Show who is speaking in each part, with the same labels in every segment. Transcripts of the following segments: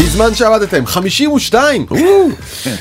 Speaker 1: בזמן שעבדתם 52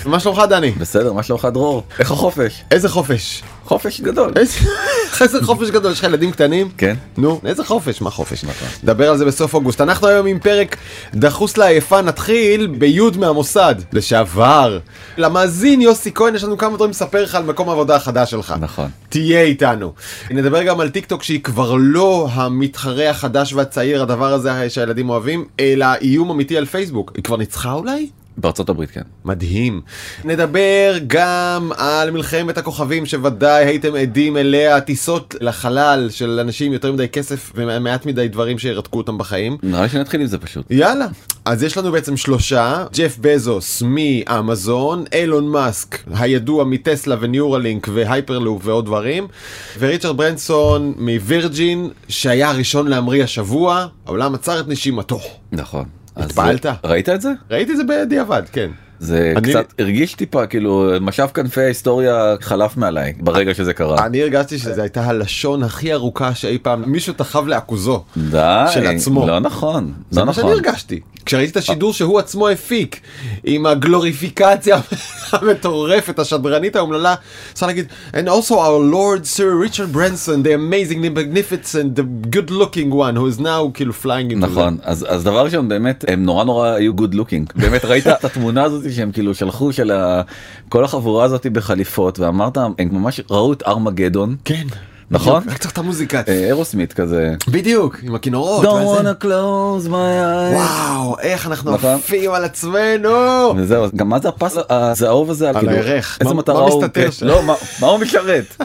Speaker 1: מה שלומך דני
Speaker 2: בסדר, מה שלומך דרור? איך החופש?
Speaker 1: איזה חופש
Speaker 2: חופש גדול.
Speaker 1: איזה איזה חופש גדול יש לך ילדים קטנים
Speaker 2: כן.
Speaker 1: נו איזה חופש מה חופש נדבר על זה בסוף אוגוסט אנחנו היום עם פרק דחוס לעייפה נתחיל ביוד מהמוסד לשעבר למאזין יוסי כהן יש לנו כמה דברים לספר לך על מקום העבודה החדש שלך
Speaker 2: נכון.
Speaker 1: תהיה איתנו. נדבר גם על טיק טוק שהיא כבר לא המתחרה החדש והצעיר הדבר הזה שהילדים אוהבים אלא איום אמיתי על פייסבוק היא כבר ניצחה אולי?
Speaker 2: בארצות הברית כן.
Speaker 1: מדהים. נדבר גם על מלחמת הכוכבים שוודאי הייתם עדים אליה, טיסות לחלל של אנשים יותר מדי כסף ומעט מדי דברים שירתקו אותם בחיים.
Speaker 2: נראה לי שנתחיל עם זה פשוט.
Speaker 1: יאללה. אז יש לנו בעצם שלושה, ג'ף בזוס מאמזון, אילון מאסק הידוע מטסלה וניורלינק והייפרלופ ועוד דברים, וריצ'רד ברנסון מווירג'ין שהיה הראשון להמריא השבוע, העולם עצר את נשימתו.
Speaker 2: נכון. אז-
Speaker 1: התפעלת?
Speaker 2: ראית את זה?
Speaker 1: ראיתי את זה בדיעבד, כן.
Speaker 2: זה
Speaker 1: אני-
Speaker 2: קצת הרגיש טיפה כאילו משב כנפי ההיסטוריה חלף מעליי ברגע שזה קרה.
Speaker 1: אני הרגשתי שזו הייתה הלשון הכי ארוכה שאי פעם מישהו תחב לעכוזו.
Speaker 2: די.
Speaker 1: של עצמו.
Speaker 2: לא נכון.
Speaker 1: זה
Speaker 2: לא
Speaker 1: מה שאני
Speaker 2: נכון.
Speaker 1: הרגשתי. כשראיתי את השידור שהוא עצמו הפיק, עם הגלוריפיקציה המטורפת, השדרנית האומללה, אפשר להגיד, And also our lord sir Richard Branson, the amazing, the magnificent, the good looking one, who is now כאילו flying into
Speaker 2: נכון אז אז דבר ראשון באמת הם נורא נורא היו גוד לוקינג באמת ראית את התמונה הזאת שהם כאילו שלחו של ה- כל החבורה הזאת בחליפות ואמרת הם ממש ראו את ארמגדון
Speaker 1: the... כן.
Speaker 2: נכון?
Speaker 1: רק צריך את המוזיקה.
Speaker 2: אה, אירוסמית כזה.
Speaker 1: בדיוק, עם הכינורות.
Speaker 2: Don't
Speaker 1: והזה.
Speaker 2: wanna close my eyes.
Speaker 1: וואו, איך אנחנו
Speaker 2: נכון.
Speaker 1: עפים על עצמנו.
Speaker 2: וזהו, אז גם מה זה הפס הזהוב הזה?
Speaker 1: על
Speaker 2: כאילו,
Speaker 1: הירך.
Speaker 2: איזה
Speaker 1: מה-
Speaker 2: מטרה
Speaker 1: מה
Speaker 2: הוא?
Speaker 1: מסתתר
Speaker 2: כן,
Speaker 1: שם?
Speaker 2: לא, מה- מה הוא משרת?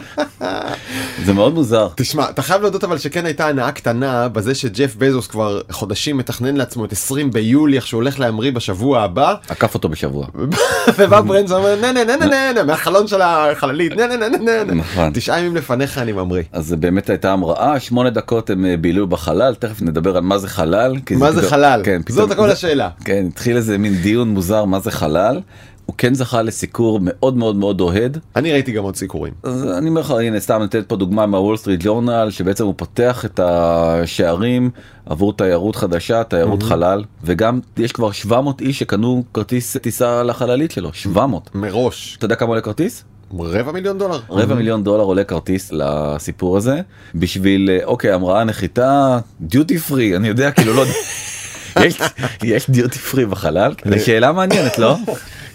Speaker 2: זה מאוד מוזר.
Speaker 1: תשמע, אתה חייב להודות אבל שכן הייתה הנאה קטנה בזה שג'ף בזוס כבר חודשים מתכנן לעצמו את 20 ביולי איך שהוא הולך להמריא בשבוע הבא,
Speaker 2: עקף אותו בשבוע.
Speaker 1: ובא ברנדס ואומר נה נה נה נה נה נה מהחלון של החללית נה נה נה נה נה נה
Speaker 2: נכון.
Speaker 1: תשעה ימים לפניך אני ממריא.
Speaker 2: אז זה באמת הייתה המראה, שמונה דקות הם אה, בילו בחלל, תכף נדבר על מה זה חלל. כי
Speaker 1: מה זה
Speaker 2: פתאום-
Speaker 1: חלל?
Speaker 2: כן,
Speaker 1: זאת
Speaker 2: פתאום-
Speaker 1: הכל השאלה.
Speaker 2: כן, התחיל איזה מין דיון מוזר מה זה חלל. הוא כן זכה לסיקור מאוד מאוד מאוד אוהד.
Speaker 1: אני ראיתי גם עוד סיקורים.
Speaker 2: אז אני אומר לך הנה סתם נותן פה דוגמה מהוול סטריט ג'ורנל שבעצם הוא פותח את השערים עבור תיירות חדשה תיירות חלל וגם יש כבר 700 איש שקנו כרטיס טיסה לחללית שלו 700.
Speaker 1: מראש
Speaker 2: אתה יודע כמה עולה כרטיס?
Speaker 1: רבע מיליון דולר.
Speaker 2: רבע מיליון דולר עולה כרטיס לסיפור הזה בשביל אה, אוקיי המראה נחיתה דיוטי פרי אני יודע כאילו לא יודע. יש- יש דיוטי פרי בחלל? זו שאלה מעניינת לא?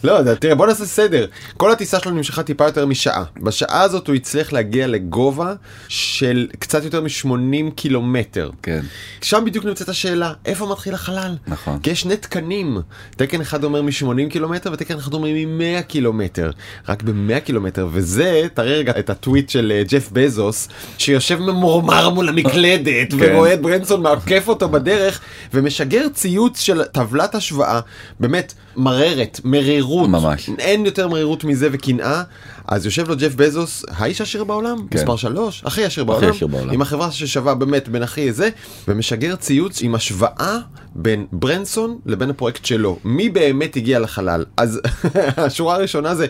Speaker 1: לא יודע, תראה בוא נעשה סדר. כל הטיסה שלו נמשכה טיפה יותר משעה. בשעה הזאת הוא הצליח להגיע לגובה של קצת יותר מ-80 קילומטר.
Speaker 2: כן.
Speaker 1: שם בדיוק נמצאת השאלה, איפה מתחיל החלל?
Speaker 2: נכון.
Speaker 1: כי יש שני תקנים, תקן אחד אומר מ-80 קילומטר ותקן אחד אומר מ-100 קילומטר, רק ב-100 קילומטר, וזה, תראה רגע את הטוויט של אה, ג'ף בזוס, שיושב ממורמר מול המקלדת,
Speaker 2: כן.
Speaker 1: ורואה את ברנסון מעקף אותו בדרך, ומשגר ציוץ של טבלת השוואה, באמת, מררת, מרירות,
Speaker 2: ממש.
Speaker 1: אין יותר מרירות מזה וקנאה, אז יושב לו ג'ף בזוס, האיש עשיר בעולם,
Speaker 2: כן.
Speaker 1: מספר 3, הכי עשיר בעולם,
Speaker 2: עשיר בעולם.
Speaker 1: עם החברה ששווה באמת בין הכי זה, ומשגר ציוץ עם השוואה בין ברנסון לבין הפרויקט שלו. מי באמת הגיע לחלל? אז השורה הראשונה זה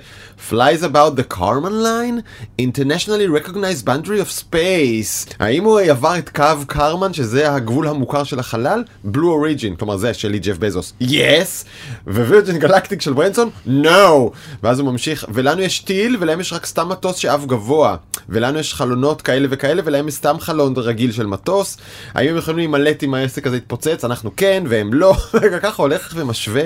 Speaker 1: Flies about the Karman line, internationally recognized boundary of space. האם הוא עבר את קו קרמן, שזה הגבול המוכר של החלל? Blue Origin, כלומר זה שלי ג'ף בזוס. יס! ווירג'ין גלקטיק של ברנסון? נו! ואז הוא ממשיך, ולנו יש טיל ולהם יש רק סתם מטוס שעף גבוה. ולנו יש חלונות כאלה וכאלה ולהם יש סתם חלון רגיל של מטוס. האם הם יכולים להימלט אם העסק הזה יתפוצץ? אנחנו כן והם לא. ככה הולך ומשווה.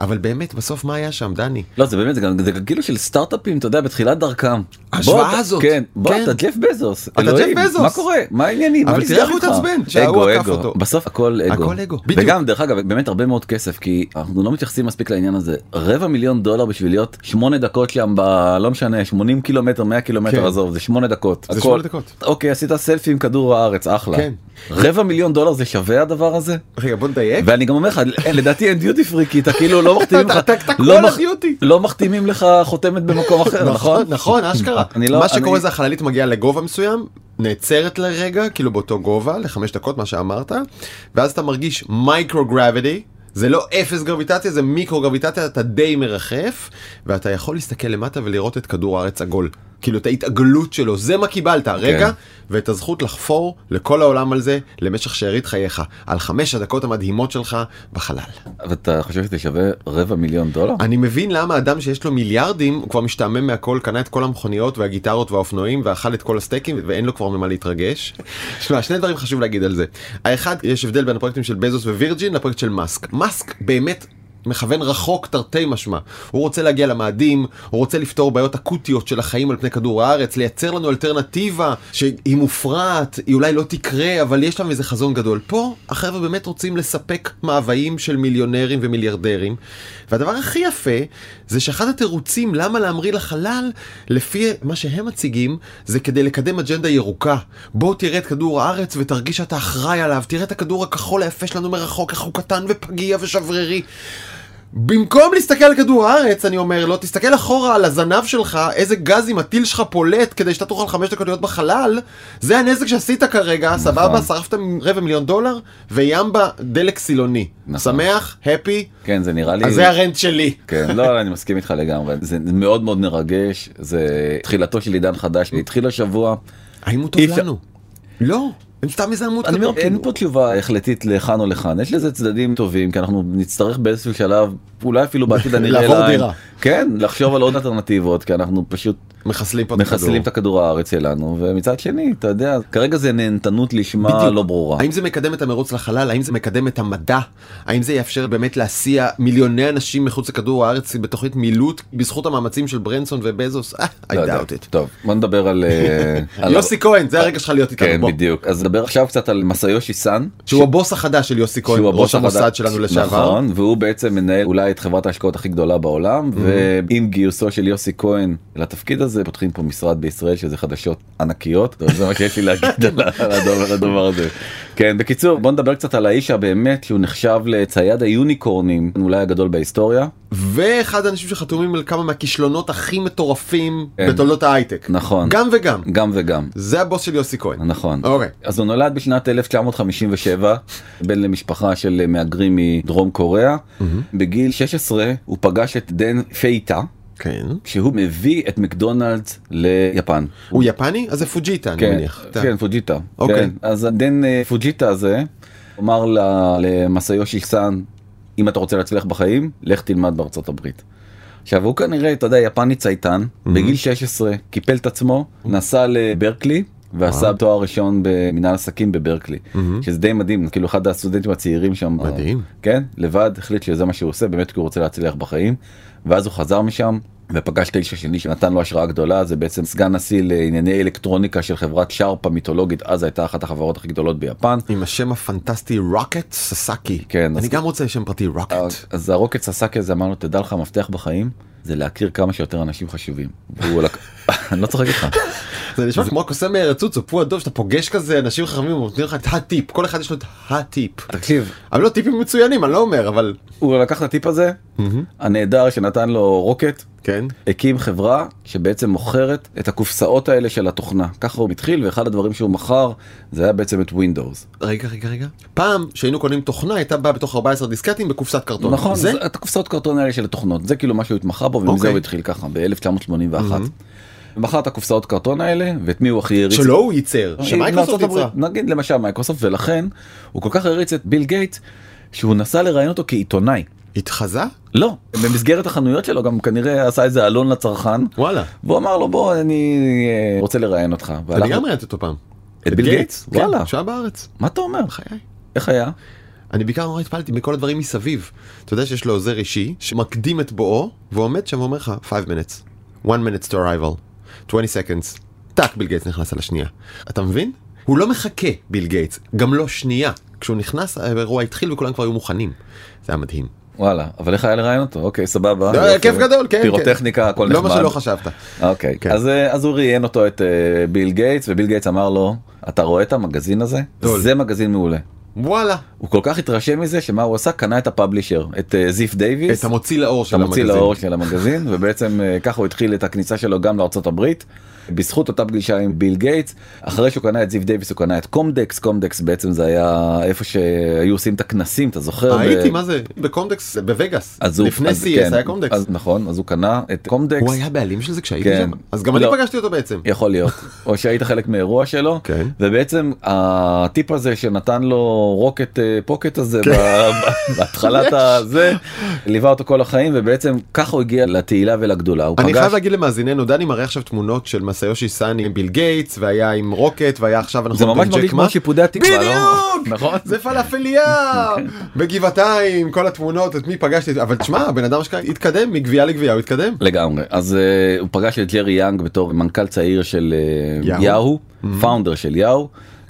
Speaker 1: אבל באמת בסוף מה היה שם דני?
Speaker 2: לא זה באמת זה גם זה גם כאילו של סטארט-אפים אתה יודע בתחילת דרכם.
Speaker 1: ההשוואה
Speaker 2: בוא, אתה-
Speaker 1: הזאת,
Speaker 2: כן בוא
Speaker 1: כן.
Speaker 2: אתה ג'ף בזוס.
Speaker 1: אתה
Speaker 2: אלוהים,
Speaker 1: ג'ף בזוס.
Speaker 2: מה קורה מה העניינים.
Speaker 1: אבל
Speaker 2: מה נסגר
Speaker 1: תראה איך הוא
Speaker 2: איתך?
Speaker 1: התעצבן, שההוא
Speaker 2: אגו
Speaker 1: עקף
Speaker 2: אגו
Speaker 1: אותו.
Speaker 2: בסוף הכל אגו.
Speaker 1: הכל אגו, בדיוק.
Speaker 2: וגם דרך אגב באמת הרבה מאוד כסף כי אנחנו לא מתייחסים מספיק לעניין הזה רבע מיליון דולר בשביל להיות שמונה דקות שם ב... לא משנה 80 קילומטר 100
Speaker 1: כן.
Speaker 2: קילומטר עזוב זה שמונה דקות.
Speaker 1: זה
Speaker 2: הכל.
Speaker 1: שמונה דקות.
Speaker 2: אוקיי עשית סלפי עם כדור הארץ אחלה.
Speaker 1: כן.
Speaker 2: רבע מיליון דולר זה שווה הדבר הזה?
Speaker 1: רגע בוא נדייק.
Speaker 2: ואני גם אומר לך אין, לדעתי אין דיוטי פרי כי אתה כאילו לא מחתימים לך
Speaker 1: אתה- אתה- אתה
Speaker 2: לא
Speaker 1: כל
Speaker 2: מח-
Speaker 1: הדיוטי.
Speaker 2: לא מחתימים לך חותמת במקום אחר נכון
Speaker 1: נכון, אשכרה.
Speaker 2: אני לא-
Speaker 1: מה שקורה
Speaker 2: אני-
Speaker 1: זה החללית מגיעה לגובה מסוים, נעצרת לרגע, כאילו באותו גובה, לחמש דקות, מה שאמרת, ואז אתה מרגיש מייקרוגרביטי. זה לא אפס גרביטציה, זה מיקרו גרביטציה, אתה די מרחף, ואתה יכול להסתכל למטה ולראות את כדור הארץ עגול. כאילו את ההתעגלות שלו, זה מה
Speaker 2: כן.
Speaker 1: קיבלת, רגע, ואת הזכות לחפור לכל העולם על זה למשך שארית חייך, על חמש הדקות המדהימות שלך בחלל.
Speaker 2: ואתה חושב שזה שווה רבע מיליון דולר?
Speaker 1: אני מבין למה אדם שיש לו מיליארדים, הוא כבר משתעמם מהכל, קנה את כל המכוניות והגיטרות והאופנועים ואכל את כל הסטייקים ואין לו כבר ממה להתרגש. שמע, שני דברים חשוב להגיד על זה. האחד, יש הבדל בין הפרויקטים של בזוס ווירג'ין לפרויקט של מאסק. מאסק באמת... מכוון רחוק תרתי משמע. הוא רוצה להגיע למאדים, הוא רוצה לפתור בעיות אקוטיות של החיים על פני כדור הארץ, לייצר לנו אלטרנטיבה שהיא מופרעת, היא אולי לא תקרה, אבל יש להם איזה חזון גדול. פה החבר'ה באמת רוצים לספק מאוויים של מיליונרים ומיליארדרים. והדבר הכי יפה זה שאחד התירוצים למה להמריא לחלל, לפי מה שהם מציגים, זה כדי לקדם אג'נדה ירוקה. בוא תראה את כדור הארץ ותרגיש שאתה אחראי עליו, תראה את הכדור הכחול היפה שלנו מרחוק, איך הוא קטן ופגיע ושברירי. במקום להסתכל על כדור הארץ, אני אומר לו, תסתכל אחורה על הזנב שלך, איזה גזים הטיל שלך פולט כדי שאתה תוכל חמש דקות להיות בחלל, זה הנזק שעשית
Speaker 2: נכון.
Speaker 1: כרגע, סבבה, שרפת רבע מיליון דולר, ויאמבה דלק סילוני.
Speaker 2: נכון.
Speaker 1: שמח, הפי,
Speaker 2: כן, זה נראה לי...
Speaker 1: אז זה הרנט שלי.
Speaker 2: כן, לא, אני מסכים איתך לגמרי. זה מאוד מאוד מרגש, זה תחילתו של עידן חדש, התחיל השבוע.
Speaker 1: האם הוא
Speaker 2: אי
Speaker 1: טוב
Speaker 2: אפשר-
Speaker 1: לנו? לא, הם סתם איזה עמוד
Speaker 2: אני אומר, כן. כאילו-
Speaker 1: כתום.
Speaker 2: אין פה תשובה החלטית לכאן או לכאן, יש לזה צדדים טובים, כי אנחנו נצטרך באיזשהו שלב, אולי אפילו בעתיד הנראה
Speaker 1: לעבור
Speaker 2: לעין,
Speaker 1: דירה.
Speaker 2: כן, לחשוב על עוד אלטרנטיבות, כי אנחנו פשוט
Speaker 1: מחסלים פה את הכדור.
Speaker 2: מחסלים את הכדור הארץ שלנו, ומצד שני, אתה יודע, כרגע זה נהנתנות לשמה
Speaker 1: בדיוק.
Speaker 2: לא ברורה.
Speaker 1: האם זה מקדם את המרוץ לחלל? האם זה מקדם את המדע? האם זה יאפשר באמת להסיע מיליוני אנשים מחוץ לכדור הארץ בתוכנית מילוט בזכות המאמצים של ברנסון ובזוס? אה, I
Speaker 2: לא יודע.
Speaker 1: doubt it.
Speaker 2: טוב, בוא נדבר על... אה, על-
Speaker 1: יוסי כהן, זה הרגע שלך להיות איתנו
Speaker 2: כן,
Speaker 1: בוא.
Speaker 2: בדיוק. אז נדבר עכשיו קצת על מסיושי סאן.
Speaker 1: שהוא הבוס החדש של יוסי כהן,
Speaker 2: שהוא הבוס
Speaker 1: ראש המוסד
Speaker 2: החדש-
Speaker 1: שלנו לשעבר.
Speaker 2: נכון, והוא בעצם מנהל אולי את חברת ההשקעות הכי גדולה
Speaker 1: Mm-hmm.
Speaker 2: בעולם, ועם גיוסו של יוסי כהן לתפקיד הזה, פותחים פה משרד בישראל שזה חדשות ענקיות, טוב, זה מה שיש לי להגיד על ה- על הדבר- על הדבר הזה. כן, בקיצור, בוא נדבר קצת על האיש הבאמת שהוא נחשב לצייד היוניקורנים, אולי הגדול בהיסטוריה.
Speaker 1: ואחד האנשים שחתומים על כמה מהכישלונות הכי מטורפים
Speaker 2: כן.
Speaker 1: בתולדות ההייטק.
Speaker 2: נכון.
Speaker 1: גם וגם.
Speaker 2: גם וגם.
Speaker 1: זה הבוס של יוסי כהן.
Speaker 2: נכון.
Speaker 1: אוקיי.
Speaker 2: אז הוא נולד בשנת 1957, בן למשפחה של מהגרים מדרום קוריאה. בגיל 16 הוא פגש את דן פייטה,
Speaker 1: כן.
Speaker 2: שהוא מביא את מקדונלדס ליפן.
Speaker 1: הוא יפני? אז זה פוג'יטה, אני
Speaker 2: כן,
Speaker 1: מניח.
Speaker 2: כן, פוג'יטה.
Speaker 1: אוקיי.
Speaker 2: כן. אז הדן אה, פוג'יטה הזה אמר ל- למסאיושי סאן, אם אתה רוצה להצליח בחיים, לך תלמד בארצות הברית. עכשיו הוא כנראה, אתה יודע, יפני צייתן, בגיל 16 קיפל את עצמו, נסע לברקלי. ועשה תואר ראשון במנהל עסקים בברקלי, שזה די מדהים, כאילו אחד הסטודנטים הצעירים שם.
Speaker 1: מדהים.
Speaker 2: כן, לבד, החליט שזה מה שהוא עושה, באמת כי הוא רוצה להצליח בחיים. ואז הוא חזר משם ופגש את האיש השני שנתן לו השראה גדולה, זה בעצם סגן נשיא לענייני אלקטרוניקה של חברת שרפ המיתולוגית, אז הייתה אחת החברות הכי גדולות ביפן.
Speaker 1: עם השם הפנטסטי רוקט ססקי.
Speaker 2: כן,
Speaker 1: אני
Speaker 2: אז- אה,
Speaker 1: גם רוצה שם פרטי רוקט.
Speaker 2: אז הרוקט ססקי הזה אמר לו, תדע לך, המפתח בחיים זה להכיר כמה שיותר אנשים חשובים. והוא לקח... אני לא צוחק איתך.
Speaker 1: זה נשמע כמו הקוסם מהרצוץ או פו הדוב שאתה פוגש כזה אנשים חכמים ונותנים לך את הטיפ כל אחד יש לו את הטיפ.
Speaker 2: תקשיב,
Speaker 1: אבל לא טיפים מצוינים אני לא אומר אבל
Speaker 2: הוא לקח את הטיפ הזה, הנהדר שנתן לו רוקט,
Speaker 1: כן
Speaker 2: הקים חברה שבעצם מוכרת את הקופסאות האלה של התוכנה. ככה הוא התחיל, ואחד הדברים שהוא מכר זה היה בעצם את Windows.
Speaker 1: רגע רגע רגע פעם שהיינו קונים תוכנה הייתה באה בתוך 14 דיסקטים בקופסת קרטון
Speaker 2: נכון,
Speaker 1: זה
Speaker 2: זה את הקופסאות קרטון האלה של התוכנות, זה כאילו מה שהוא התמחה בו, ומזה
Speaker 1: אוקיי.
Speaker 2: הוא התחיל ככה, ב-1981. מכר את הקופסאות קרטון האלה, ואת מי הוא הכי הריץ?
Speaker 1: שלא הוא ייצר שמייקרוסופט
Speaker 2: לארצות
Speaker 1: יצרה.
Speaker 2: אה, הברית. נגיד למשל מייקרוסופט, ולכן הוא כל כך הריץ את ביל גייט, שהוא נסע לראיין אותו כעיתונאי.
Speaker 1: התחזה?
Speaker 2: לא, במסגרת החנויות שלו גם כנראה עשה איזה עלון לצרכן,
Speaker 1: וואלה.
Speaker 2: והוא אמר לו בוא אני אה, רוצה לראיין אותך.
Speaker 1: אני
Speaker 2: והלך-
Speaker 1: גם ראיינתי אותו פעם.
Speaker 2: את ביל גייטס?
Speaker 1: כן,
Speaker 2: וואלה.
Speaker 1: שהיה בארץ.
Speaker 2: מה אתה אומר?
Speaker 1: בחיי.
Speaker 2: איך היה?
Speaker 1: אני בעיקר נורא התפעלתי מכל הדברים מסביב. אתה יודע שיש לו עוזר אישי שמקדים את בואו ועומד שם ואומר לך 5 minutes, 1 minutes to arrival, 20 seconds, טאק ביל גייטס נכנס על השנייה. אתה מבין? הוא לא מחכה ביל גייטס, גם לא שנייה. כשהוא נכנס האירוע התחיל וכולם כבר היו מוכנים. זה היה מדהים.
Speaker 2: וואלה, אבל איך היה לראיין אותו? אוקיי, סבבה.
Speaker 1: לא,
Speaker 2: אה, יופי.
Speaker 1: כיף גדול, כן, כן.
Speaker 2: פירוטכניקה, הכל נחמד.
Speaker 1: לא מה שלא חשבת.
Speaker 2: אוקיי,
Speaker 1: כן.
Speaker 2: אז, אה, אז הוא ראיין אותו את אה, ביל גייטס, וביל גייטס אמר לו, אתה רואה את המגזין הזה?
Speaker 1: דול.
Speaker 2: זה מגזין מעולה.
Speaker 1: וואלה.
Speaker 2: הוא כל כך התרשם מזה שמה הוא עשה קנה את הפאבלישר את אה, זיף דייוויס.
Speaker 1: את המוציא לאור של
Speaker 2: אתה מוציא
Speaker 1: המגזין.
Speaker 2: לאור של המגזין ובעצם אה, ככה הוא התחיל את הכניסה שלו גם לארצות הברית. בזכות אותה פגישה עם ביל גייטס אחרי שהוא קנה את זיו דייוויס הוא קנה את קומדקס קומדקס בעצם זה היה איפה שהיו עושים את הכנסים אתה זוכר?
Speaker 1: הייתי,
Speaker 2: ב-
Speaker 1: מה זה? בקומדקס, בווגאס.
Speaker 2: אז הוא-
Speaker 1: לפני
Speaker 2: אז
Speaker 1: CS
Speaker 2: כן,
Speaker 1: היה קומדקס.
Speaker 2: אז נכון אז הוא קנה את קומדקס
Speaker 1: הוא היה בעלים של זה כשהייתי
Speaker 2: כן.
Speaker 1: שם? אז גם אני
Speaker 2: לא.
Speaker 1: פגשתי אותו בעצם.
Speaker 2: יכול להיות או שהיית חלק מאירוע שלו
Speaker 1: כן.
Speaker 2: ובעצם הטיפ הזה שנתן לו רוקט אה, פוקט הזה
Speaker 1: כן.
Speaker 2: ב- ב- בהתחלת הזה ליווה אותו כל החיים ובעצם ככה הוא הגיע לתהילה ולגדולה הוא
Speaker 1: אני
Speaker 2: פגש
Speaker 1: חייב להגיד למאזיננו, דני מראה עכשיו תמונות של מסאיושי סאני עם ביל גייטס, והיה עם רוקט, והיה עכשיו
Speaker 2: זה
Speaker 1: אנחנו
Speaker 2: ממש מרגיש כמו שיפודי התקווה לא?
Speaker 1: בדיוק!
Speaker 2: נכון אוקיי.
Speaker 1: זה פלאפליה! בגבעתיים, כל התמונות, את מי פגשתי, אבל תשמע, הבן אדם שלך התקדם, מגבייה לגבייה הוא התקדם.
Speaker 2: לגמרי אז אה, הוא פגש את ג'רי יאנג בתור מנכ"ל צעיר של אה,
Speaker 1: יאו. Mm-hmm.
Speaker 2: יאו פאונדר של יאו.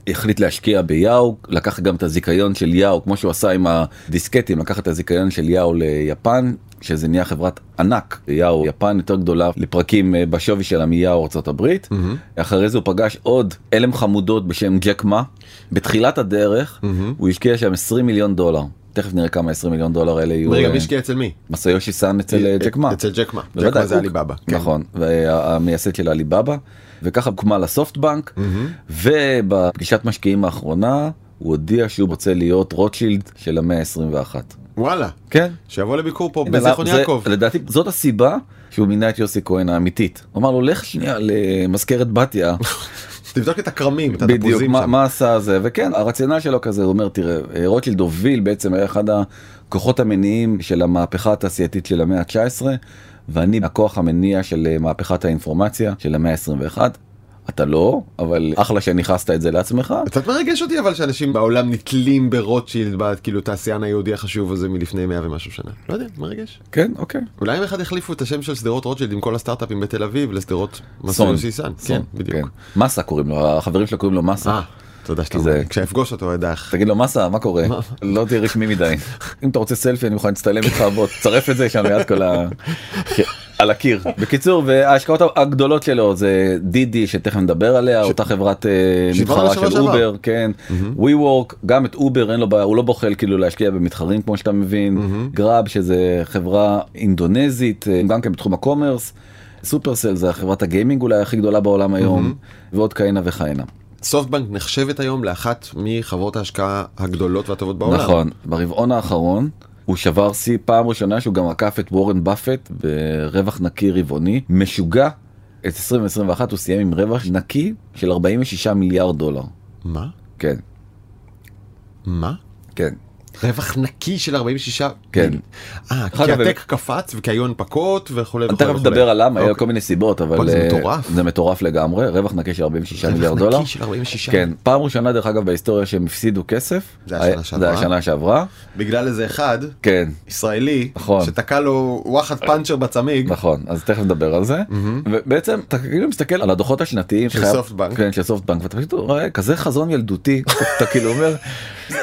Speaker 2: החליט להשקיע ביאו לקח גם את הזיכיון של יאו כמו שהוא עשה עם הדיסקטים לקח את הזיכיון של יאו ליפן שזה נהיה חברת ענק יאו יפן יותר גדולה לפרקים אה, בשווי שלה מיאו ארצות הברית
Speaker 1: Mm-hmm.
Speaker 2: אחרי זה הוא פגש עוד אלם חמודות בשם ג'ק מה בתחילת
Speaker 1: Mm-hmm.
Speaker 2: הדרך הוא השקיע שם 20 מיליון דולר תכף נראה כמה 20 מיליון דולר אלה יהיו
Speaker 1: רגע,
Speaker 2: אה,
Speaker 1: מי השקיע אצל מי?
Speaker 2: מסיושי סאן אצל אה, ג'ק מה
Speaker 1: אצל ג'קמה.
Speaker 2: בוודאי,
Speaker 1: ג'קמה זה
Speaker 2: הוא-
Speaker 1: עליבאבא. כן.
Speaker 2: נכון, והמייסד של עליבאבא, וככה הוקמה לסופטבנק, ובפגישת משקיעים האחרונה הוא הודיע שהוא רוצה להיות רוטשילד של המאה ה-21.
Speaker 1: וואלה,
Speaker 2: כן.
Speaker 1: שיבוא לביקור פה בזיכרון יעקב.
Speaker 2: לדעתי זאת הסיבה שהוא מינה את יוסי כהן האמיתית. הוא אמר לו לך שנייה למזכרת בתיה,
Speaker 1: תבדוק את הכרמים, את
Speaker 2: בדיוק
Speaker 1: התפוזים
Speaker 2: מה,
Speaker 1: שם.
Speaker 2: מה עשה זה וכן הרציונל שלו כזה הוא אומר תראה אה, רוטשילד הוביל בעצם היה אחד הכוחות המניעים של המהפכה התעשייתית של המאה ה-19 ואני הכוח המניע של אה, מהפכת האינפורמציה של המאה ה-21. אתה לא אבל אחלה שניכסת את זה לעצמך.
Speaker 1: קצת מרגש אותי אבל שאנשים בעולם נתלים ברוטשילד, ב- כאילו תעשיין היהודי החשוב הזה מלפני 100 ומשהו שנה. לא יודע, מרגש.
Speaker 2: כן אוקיי.
Speaker 1: אולי יום אחד יחליפו את השם של שדרות רוטשילד עם כל הסטארט-אפים בתל אביב לשדרות
Speaker 2: סון.
Speaker 1: מסלול סיסן.
Speaker 2: סון,
Speaker 1: סון, בדיוק.
Speaker 2: כן. מסה קוראים לו החברים שלו קוראים לו מסה.
Speaker 1: אה, תודה שאתה
Speaker 2: כי זה-
Speaker 1: אומר. כשאפגוש אותו אדע איך.
Speaker 2: תגיד לו מסה מה קורה לא תהיה רשמי מדי אם אתה רוצה סלפי אני מוכן להצטלם איתך בוא תצרף את זה שם ליד כל ה... על הקיר בקיצור וההשקעות הגדולות שלו זה דידי שתכף נדבר עליה אותה חברת אה,
Speaker 1: שדיברנו
Speaker 2: מתחרה
Speaker 1: בשבוע
Speaker 2: של
Speaker 1: שעבר. Mm-hmm.
Speaker 2: אובר כן ווי וורק גם את אובר אין לו בעיה הוא לא בוחל כאילו להשקיע במתחרים כמו שאתה מבין
Speaker 1: Mm-hmm.
Speaker 2: גראב שזה חברה אינדונזית אה, גם כן בתחום הקומרס. סופרסל זה חברת הגיימינג אולי הכי גדולה בעולם היום
Speaker 1: Mm-hmm.
Speaker 2: ועוד כהנה וכהנה.
Speaker 1: סופטבנק נחשבת היום לאחת מחברות ההשקעה הגדולות והטובות בעולם.
Speaker 2: נכון, ברבעון האחרון הוא שבר שיא פעם ראשונה שהוא גם עקף את וורן באפט ברווח נקי רבעוני משוגע. את 2021 הוא סיים עם רווח נקי של 46 מיליארד דולר.
Speaker 1: מה?
Speaker 2: כן,
Speaker 1: מה?
Speaker 2: כן.
Speaker 1: רווח נקי של 46?
Speaker 2: כן.
Speaker 1: אה,
Speaker 2: אחר
Speaker 1: כי
Speaker 2: כך-
Speaker 1: הטק קפץ וכי היו הנפקות וכולי וכולי.
Speaker 2: תכף
Speaker 1: וכולי.
Speaker 2: נדבר על למה, היו
Speaker 1: אוקיי.
Speaker 2: כל מיני סיבות, אבל...
Speaker 1: וואי, זה
Speaker 2: אה,
Speaker 1: מטורף.
Speaker 2: זה מטורף לגמרי, רווח נקי של 46 מיליארד
Speaker 1: רווח
Speaker 2: דולר.
Speaker 1: נקי של 46?
Speaker 2: כן, פעם ראשונה דרך אגב בהיסטוריה שהם הפסידו כסף.
Speaker 1: זה השנה
Speaker 2: היה-
Speaker 1: שעברה.
Speaker 2: זה השנה שעברה,
Speaker 1: בגלל איזה אחד,
Speaker 2: כן.
Speaker 1: ישראלי,
Speaker 2: נכון. אה.
Speaker 1: שתקע לו וואחד פאנצ'ר בצמיג.
Speaker 2: נכון אז תכף נדבר על זה ובעצם אתה כאילו מסתכל על הדוחות השנתיים
Speaker 1: של
Speaker 2: חייב-
Speaker 1: סופטבנק.
Speaker 2: כן, של סופטבנק ואתה פשוט רואה כזה חזון ילדותי אתה כאילו אומר.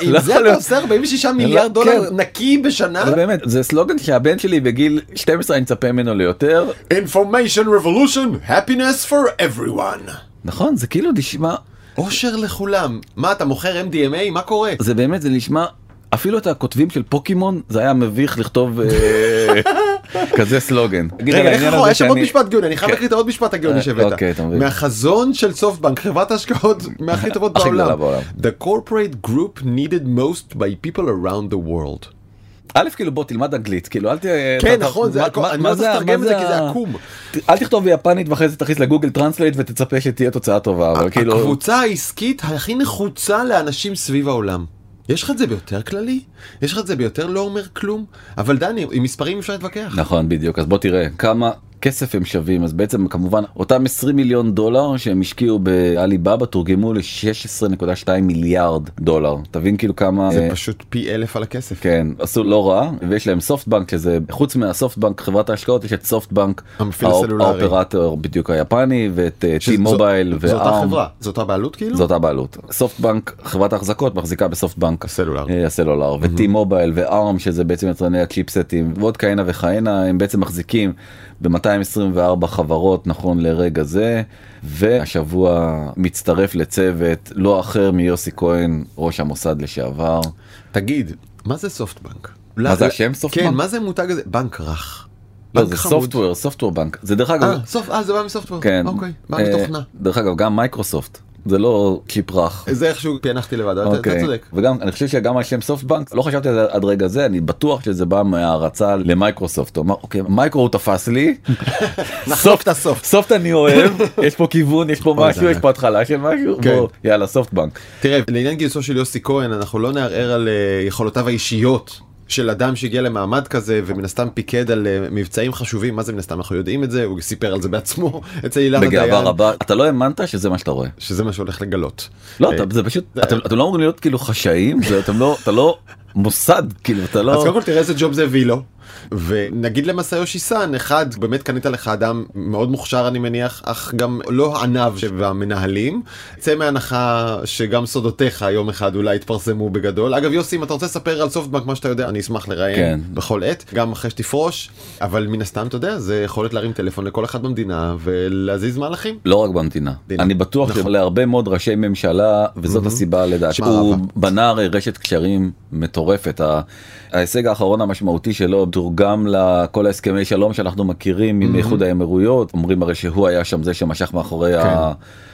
Speaker 1: עם
Speaker 2: לא
Speaker 1: זה אתה
Speaker 2: יכול להיות.
Speaker 1: עושה 46 מיליארד דולר
Speaker 2: כן.
Speaker 1: נקי בשנה?
Speaker 2: אבל באמת זה סלוגן שהבן שלי בגיל 12 אני מצפה ממנו ליותר
Speaker 1: Information Revolution, happiness for everyone.
Speaker 2: נכון זה כאילו נשמע
Speaker 1: אושר לכולם. מה, אתה מוכר MDMA? מה קורה?
Speaker 2: זה באמת זה נשמע אפילו את הכותבים של פוקימון זה היה מביך לכתוב אה, כזה סלוגן.
Speaker 1: רגע, לך אחורה, יש שם עוד משפט גאוני, אני חייב
Speaker 2: כן.
Speaker 1: להקריא את העוד משפט הגאוני
Speaker 2: אה,
Speaker 1: שהבאת.
Speaker 2: אוקיי, אתה מבין.
Speaker 1: מהחזון של סופטבנק, חברת ההשקעות מהכי טובות
Speaker 2: הכי גדולה
Speaker 1: בעולם.
Speaker 2: בעולם.
Speaker 1: The corporate group needed most by people around the world.
Speaker 2: א' כאילו בוא תלמד אנגלית כאילו אל ת...
Speaker 1: כן,
Speaker 2: אתה-
Speaker 1: נכון, זה
Speaker 2: מה-
Speaker 1: הכל-
Speaker 2: מה-
Speaker 1: אני
Speaker 2: מה
Speaker 1: לא
Speaker 2: זה ה-
Speaker 1: מתרגם
Speaker 2: מה
Speaker 1: את זה כי זה
Speaker 2: ה-
Speaker 1: עקום.
Speaker 2: ת- אל תכתוב ביפנית ואחרי זה תכניס לגוגל טרנסלייט ותצפה שתהיה תוצאה טובה אבל כאילו
Speaker 1: הקבוצה העסקית הכי נחוצה לאנשים סביב העולם. יש לך את זה ביותר כללי? יש לך את זה ביותר לא אומר כלום? אבל דני, עם מספרים אפשר להתווכח.
Speaker 2: נכון בדיוק אז בוא תראה כמה כסף הם שווים אז בעצם כמובן אותם 20 מיליון דולר שהם השקיעו בעליבאבא תורגמו ל-16.2 מיליארד דולר תבין כאילו כמה
Speaker 1: זה
Speaker 2: אה,
Speaker 1: פשוט פי אלף על הכסף.
Speaker 2: כן עשו לא רע ויש להם סופטבנק שזה חוץ מהסופטבנק חברת ההשקעות יש את סופטבנק
Speaker 1: המפעיל
Speaker 2: האופ-
Speaker 1: הסלולרי.
Speaker 2: האופרטור בדיוק היפני ואת אה,
Speaker 1: שזו-
Speaker 2: טי מובייל
Speaker 1: זו אותה חברה, זו אותה בעלות כאילו?
Speaker 2: זו אותה בעלות. סופטבנק, חברת ההחזקות, מחזיקה בסופטבנק
Speaker 1: הסלולר.
Speaker 2: אה, הסלולר, וטי מובייל וארם שזה בעצם יצרני הצ'יפסטים ועוד כהנה וכהנה הם בעצם מחזיקים ב-224 חברות נכון לרגע זה, והשבוע מצטרף לצוות לא אחר מיוסי כהן, ראש המוסד לשעבר.
Speaker 1: תגיד, מה זה סופטבנק?
Speaker 2: מה זה השם סופטבנק?
Speaker 1: כן, מה זה מותג הזה? בנק רך.
Speaker 2: לא,
Speaker 1: בנק
Speaker 2: זה
Speaker 1: חמוד.
Speaker 2: סופטוור, סופטוור בנק. זה דרך אגב,
Speaker 1: אה, סוף- אה, זה בא מסופטוור.
Speaker 2: כן.
Speaker 1: אוקיי, בא
Speaker 2: אה,
Speaker 1: מתוכנה.
Speaker 2: דרך אגב, גם מייקרוסופט, זה לא צ'יפ רך.
Speaker 1: זה איכשהו פענחתי לבד, אבל אתה אתה
Speaker 2: אוקיי.
Speaker 1: צודק.
Speaker 2: וגם אני חושב שגם השם סופטבנק לא חשבתי על זה עד רגע זה אני בטוח שזה בא מהערצה למייקרוסופט. הוא אמר אוקיי מייקרו הוא תפס לי.
Speaker 1: נחלוק את הסוף.
Speaker 2: סופט אני אוהב יש פה כיוון יש פה
Speaker 1: אוי,
Speaker 2: משהו
Speaker 1: זה
Speaker 2: יש פה התחלה של משהו
Speaker 1: כן.
Speaker 2: בוא, יאללה סופטבנק.
Speaker 1: תראה, לעניין גיוסו של יוסי כהן, אנחנו לא נערער על אה, יכולותיו האישיות של אדם שהגיע למעמד כזה, ומן הסתם פיקד על אה, מבצעים חשובים, מה זה מן הסתם, אנחנו יודעים את זה, הוא סיפר על זה בעצמו אצל אילנה דיין.
Speaker 2: בגאווה רבה אתה לא האמנת שזה מה שאתה רואה.
Speaker 1: שזה מה שהולך לגלות.
Speaker 2: לא
Speaker 1: אה,
Speaker 2: אתה- זה פשוט אתם אתם לא אמורים להיות כאילו חשאים זה- אתם לא אתה לא מוסד כאילו אתה
Speaker 1: אז קודם
Speaker 2: לא
Speaker 1: כל תראה איזה ג'וב זה הביא לו. ונגיד למסאיושי סאן, אחד, באמת קנית לך אדם מאוד מוכשר אני מניח, אך גם לא עניו שבמנהלים. צא מהנחה שגם סודותיך יום אחד אולי יתפרסמו בגדול. אגב יוסי, אם אתה רוצה לספר על סופטבנק מה שאתה יודע, אני אשמח לראיין
Speaker 2: כן.
Speaker 1: בכל עת, גם אחרי שתפרוש, אבל מן הסתם אתה יודע, זה יכולת להרים טלפון לכל אחד במדינה ולהזיז מהלכים.
Speaker 2: לא רק במדינה
Speaker 1: מדינה.
Speaker 2: אני בטוח
Speaker 1: נכון.
Speaker 2: שלהרבה מאוד ראשי ממשלה וזאת הסיבה לדעתי
Speaker 1: שמע,
Speaker 2: הוא
Speaker 1: רבה.
Speaker 2: בנה הרי רשת קשרים מטורפת ה- ההישג האחרון המשמעותי שלו תורגם לכל ההסכמי שלום שאנחנו מכירים עם איחוד האמירויות אומרים הרי שהוא היה שם זה שמשך מאחורי ה...
Speaker 1: כן.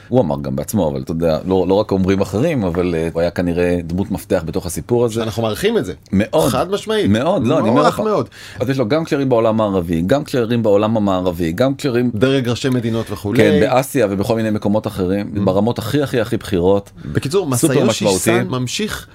Speaker 2: הוא אמר גם בעצמו אבל אתה יודע לא, לא רק אומרים אחרים אבל אה, הוא היה כנראה דמות מפתח בתוך הסיפור הזה.
Speaker 1: אנחנו מעריכים את זה.
Speaker 2: מאוד.
Speaker 1: חד משמעית.
Speaker 2: מאוד, לא, אני אומר
Speaker 1: מוערך
Speaker 2: לך.
Speaker 1: מאוד.
Speaker 2: אז יש לו גם קשרים בעולם הערבי גם קשרים בעולם המערבי גם קשרים
Speaker 1: דרג ראשי מדינות וכולי.
Speaker 2: כן, באסיה ובכל מיני מקומות אחרים ברמות הכי הכי הכי בכירות.
Speaker 1: בקיצור,
Speaker 2: סופר
Speaker 1: מסיושי
Speaker 2: משמעותי.
Speaker 1: סאן ממשיך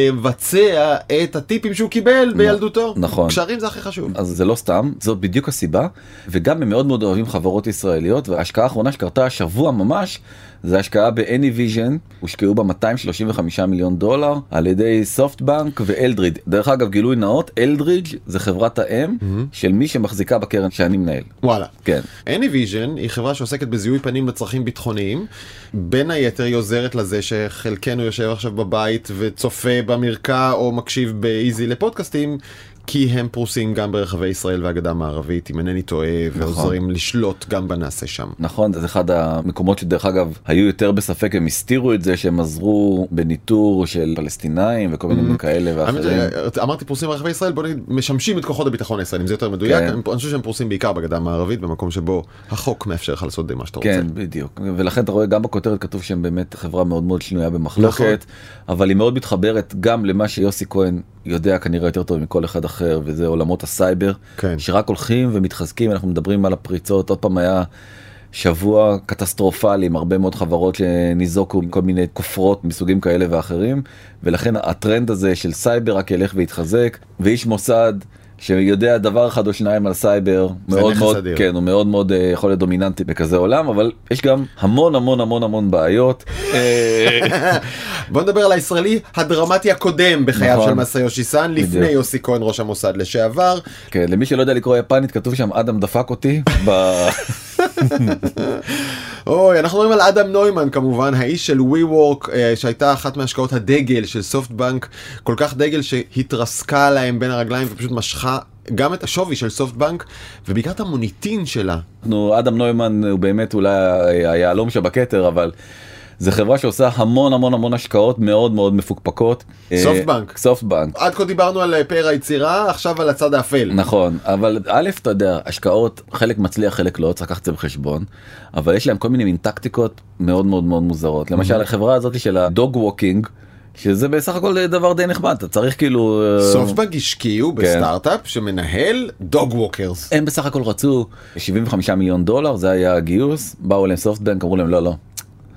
Speaker 1: לבצע את הטיפים שהוא קיבל בילדותו.
Speaker 2: נכון.
Speaker 1: קשרים זה הכי חשוב.
Speaker 2: אז זה לא סתם, זאת בדיוק הסיבה, וגם הם מאוד מאוד אוהבים חברות ישראליות, וההשקעה האחרונה שקרתה השבוע ממש, זה השקעה ב-AnyVision, הושקעו בה 235 מיליון דולר על ידי סופטבנק ואלדריד. דרך אגב, גילוי נאות, אלדריד זה חברת האם של מי שמחזיקה בקרן שאני מנהל.
Speaker 1: וואלה.
Speaker 2: כן.
Speaker 1: AnyVision היא חברה שעוסקת בזיהוי פנים לצרכים ביטחוניים. בין היתר היא עוזרת לזה שחלקנו יושב עכשיו בבית וצופה במרקע או מקשיב באיזי לפודקאסטים. כי הם פרוסים גם ברחבי ישראל והגדה המערבית, אם אינני טועה, ועוזרים לשלוט גם בנעשה שם.
Speaker 2: נכון, זה אחד המקומות שדרך אגב היו יותר בספק, הם הסתירו את זה שהם עזרו בניטור של פלסטינאים וכל מיני כאלה
Speaker 1: האמת אה,
Speaker 2: ואחרים.
Speaker 1: אמרתי פרוסים ברחבי ישראל בוא נגיד משמשים את כוחות הביטחון הישראלים זה יותר מדויק
Speaker 2: כן.
Speaker 1: הם- אני חושב שהם פרוסים בעיקר בגדה המערבית במקום שבו החוק מאפשר לך לעשות די מה שאתה רוצה.
Speaker 2: כן בדיוק ולכן אתה רואה גם בכותרת כתוב שהם באמת חברה מאוד מאוד שנויה
Speaker 1: נכון.
Speaker 2: במחלוקת אבל היא מאוד מתחברת גם למה שיוסי כהן יודע כנראה יותר טוב מכל אחד אחר וזה עולמות הסייבר
Speaker 1: כן.
Speaker 2: שרק הולכים ומתחזקים אנחנו מדברים על הפריצות עוד פעם היה. שבוע קטסטרופלי עם הרבה מאוד חברות שניזוקו עם כל מיני כופרות מסוגים כאלה ואחרים ולכן הטרנד הזה של סייבר רק ילך ויתחזק ואיש מוסד שיודע דבר אחד או שניים על סייבר
Speaker 1: זה
Speaker 2: מאוד
Speaker 1: נכס
Speaker 2: מאוד
Speaker 1: אדיר.
Speaker 2: כן הוא מאוד מאוד אה, יכול להיות דומיננטי בכזה עולם אבל יש גם המון המון המון המון בעיות אה,
Speaker 1: בוא נדבר על הישראלי הדרמטי הקודם בחייו
Speaker 2: נכון.
Speaker 1: של מסאיושי סאן לפני
Speaker 2: בדיוק.
Speaker 1: יוסי כהן ראש המוסד לשעבר
Speaker 2: כן, למי שלא יודע לקרוא יפנית כתוב שם אדם דפק אותי ב-
Speaker 1: אוי, אנחנו מדברים על אדם נוימן כמובן, האיש של ווי וורק, שהייתה אחת מהשקעות הדגל של סופטבנק, כל כך דגל שהתרסקה להם בין הרגליים ופשוט משכה גם את השווי של סופטבנק, ובעיקר את המוניטין שלה.
Speaker 2: אנחנו אדם נוימן הוא באמת אולי היהלום שבכתר אבל. זו חברה שעושה המון המון המון השקעות מאוד מאוד מפוקפקות. אה,
Speaker 1: סופטבנק.
Speaker 2: סופטבנק.
Speaker 1: עד כה דיברנו על אה, פאר היצירה, עכשיו על הצד האפל.
Speaker 2: נכון אבל א' אתה יודע השקעות חלק מצליח חלק לא צריך לקחת את זה בחשבון אבל יש להם כל מיני מין טקטיקות מאוד מאוד מאוד מוזרות למשל החברה הזאת של הדוג ווקינג שזה בסך הכל דבר די נחמד אתה צריך כאילו אה,
Speaker 1: סופטבנק השקיעו
Speaker 2: כן.
Speaker 1: בסטארט-אפ שמנהל דוג ווקרס.
Speaker 2: הם בסך הכל רצו 75 מיליון דולר זה היה הגיוס באו אליהם סופטבנק אמרו להם לא לא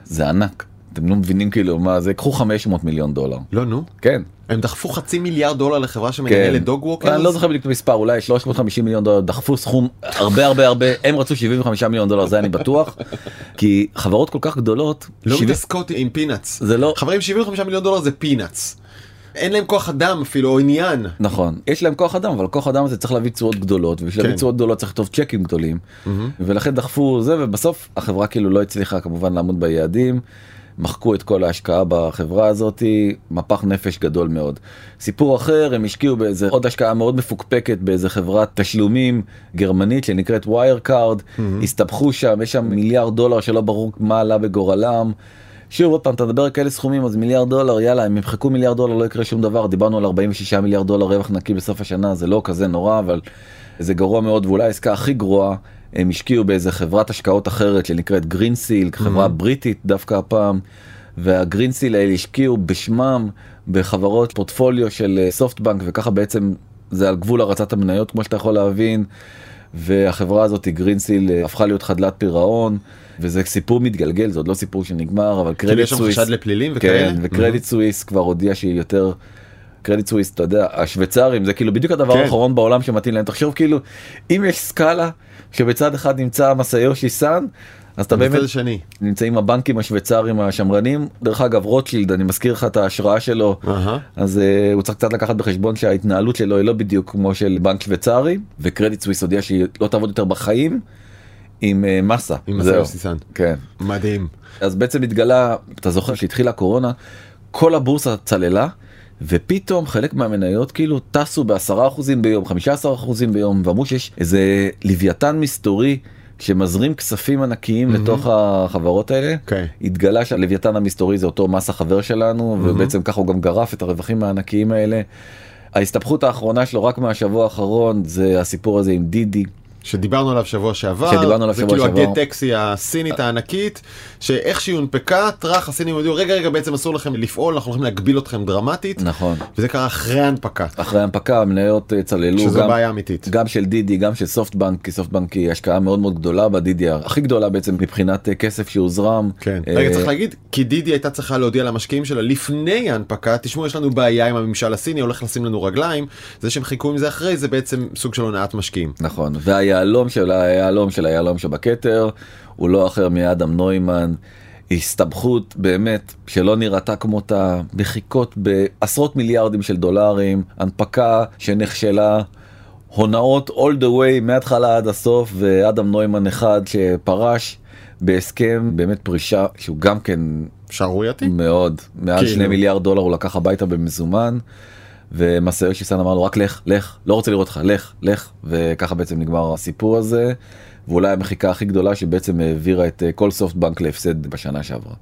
Speaker 2: זה ענק אתם לא מבינים כאילו מה זה קחו 500 מיליון דולר
Speaker 1: לא נו,
Speaker 2: כן.
Speaker 1: הם דחפו חצי מיליארד דולר לחברה שמנהלת דוג ווקרס.
Speaker 2: אני לא זוכר בדיוק את המספר אולי 350 מיליון דולר דחפו סכום הרבה הרבה הרבה הם רצו 75 מיליון דולר זה אני בטוח כי חברות כל כך גדולות
Speaker 1: לא
Speaker 2: שבעים-
Speaker 1: מתעסקות עם פינאץ.
Speaker 2: זה לא
Speaker 1: חברים 75 מיליון דולר זה פינאץ. אין להם כוח אדם אפילו, או עניין.
Speaker 2: נכון יש להם כוח אדם אבל כוח אדם הזה צריך להביא תשואות גדולות ובשביל
Speaker 1: כן.
Speaker 2: להביא תשואות גדולות צריך לכתוב צ'קים גדולים ולכן דחפו זה ובסוף החברה כאילו לא הצליחה כמובן לעמוד ביעדים. מחקו את כל ההשקעה בחברה הזאתי מפח נפש גדול מאוד. סיפור אחר הם השקיעו באיזה עוד השקעה מאוד מפוקפקת באיזה חברת תשלומים גרמנית שנקראת ווייר קארד הסתבכו שם יש שם מיליארד דולר שלא ברור מה עלה בגורלם. שוב עוד פעם אתה מדבר על כאלה סכומים אז מיליארד דולר יאללה הם ימחקו מיליארד דולר לא יקרה שום דבר דיברנו על 46 מיליארד דולר רווח נקי בסוף השנה זה לא כזה נורא אבל זה גרוע מאוד ואולי העסקה הכי גרועה הם השקיעו באיזה חברת השקעות אחרת שנקראת גרינסילק
Speaker 1: Mm-hmm.
Speaker 2: חברה בריטית דווקא הפעם. והגרינסיל האלה השקיעו בשמם בחברות פורטפוליו של אה, סופטבנק וככה בעצם זה על גבול הרצת המניות כמו שאתה יכול להבין. והחברה הזאת היא גרינסיל אה, הפכה להיות חדלת פירעון וזה סיפור מתגלגל זה עוד לא סיפור שנגמר אבל
Speaker 1: כאילו
Speaker 2: קרדיט
Speaker 1: יש שם
Speaker 2: סוויס
Speaker 1: חשד לפלילים וכאלה?
Speaker 2: כן וקרדיט סוויס כבר הודיע שהיא יותר. קרדיט סוויס אתה יודע השוויצרים זה כאילו בדיוק הדבר
Speaker 1: כן.
Speaker 2: האחרון בעולם שמתאים להם תחשוב כאילו אם יש סקאלה שבצד אחד נמצא מסיושי סאן אז אתה באמת
Speaker 1: מצד שני.
Speaker 2: נמצאים הבנקים השוויצרים השמרנים דרך אגב רוטשילד אני מזכיר לך את ההשראה שלו
Speaker 1: אהה.
Speaker 2: אז uh, הוא צריך קצת לקחת בחשבון שההתנהלות שלו היא לא בדיוק כמו של בנק שוויצרי וקרדיט סוויס הודיע שהיא לא תעבוד יותר בחיים עם uh, מסה.
Speaker 1: עם
Speaker 2: זהו.
Speaker 1: מסעיו סיסן.
Speaker 2: כן.
Speaker 1: מדהים.
Speaker 2: אז בעצם התגלה אתה זוכר שהתחילה הקורונה כל הבורסה צללה ופתאום חלק מהמניות כאילו טסו בעשרה אחוזים ביום 15 אחוזים ביום ואמרו שיש איזה לוויתן מסתורי שמזרים כספים ענקיים לתוך החברות האלה.
Speaker 1: אוקיי.
Speaker 2: התגלה שהלוויתן המסתורי זה אותו מס החבר שלנו ובעצם ככה הוא גם גרף את הרווחים הענקיים האלה. ההסתבכות האחרונה שלו רק מהשבוע האחרון זה הסיפור הזה עם דידי
Speaker 1: שדיברנו עליו שבוע שעבר,
Speaker 2: שדיברנו עליו שבוע
Speaker 1: זה כאילו
Speaker 2: שעבר.
Speaker 1: הגט טקסי הסינית הענקית, שאיך שהיא הונפקה, טראח הסינים הודיעו, רגע רגע בעצם אסור לכם לפעול, אנחנו הולכים להגביל אתכם דרמטית,
Speaker 2: נכון
Speaker 1: וזה קרה אחרי ההנפקה,
Speaker 2: אחרי ההנפקה המניות אה, צללו
Speaker 1: שזו
Speaker 2: אה, גם
Speaker 1: בעיה אמיתית.
Speaker 2: גם של דידי גם של סופטבנק כי סופטבנק היא השקעה מאוד מאוד גדולה בדידי הכי גדולה בעצם מבחינת אה, כסף שהוזרם.
Speaker 1: כן.
Speaker 2: אה,
Speaker 1: רגע צריך להגיד, כי דידי הייתה צריכה להודיע למשקיעים שלה לפני ההנפקה, תשמעו יש לנו בעיה עם הממשל הסיני, הולך לשים לנו רגליים, זה שהם חיכו עם זה אחרי זה בעצם סוג של הונאת משקיעים.
Speaker 2: נכון והיהלום של היהלום של היהלום שבכתר הוא לא אחר מאדם נוימן. הסתבכות באמת שלא נראתה כמותה, מחיקות בעשרות מיליארדים של דולרים, הנפקה שנכשלה, הונאות all the way מההתחלה עד הסוף ואדם נוימן אחד שפרש בהסכם באמת פרישה שהוא גם כן
Speaker 1: שערורייתי?
Speaker 2: מאוד מעל
Speaker 1: כן. כאילו.
Speaker 2: שני מיליארד דולר הוא לקח הביתה במזומן. ומסאיו שיסן אמר לו רק לך לך לא רוצה לראות אותך לך לך וככה בעצם נגמר הסיפור הזה. ואולי המחיקה הכי גדולה שבעצם העבירה את אה, כל סופט בנק להפסד בשנה שעברה.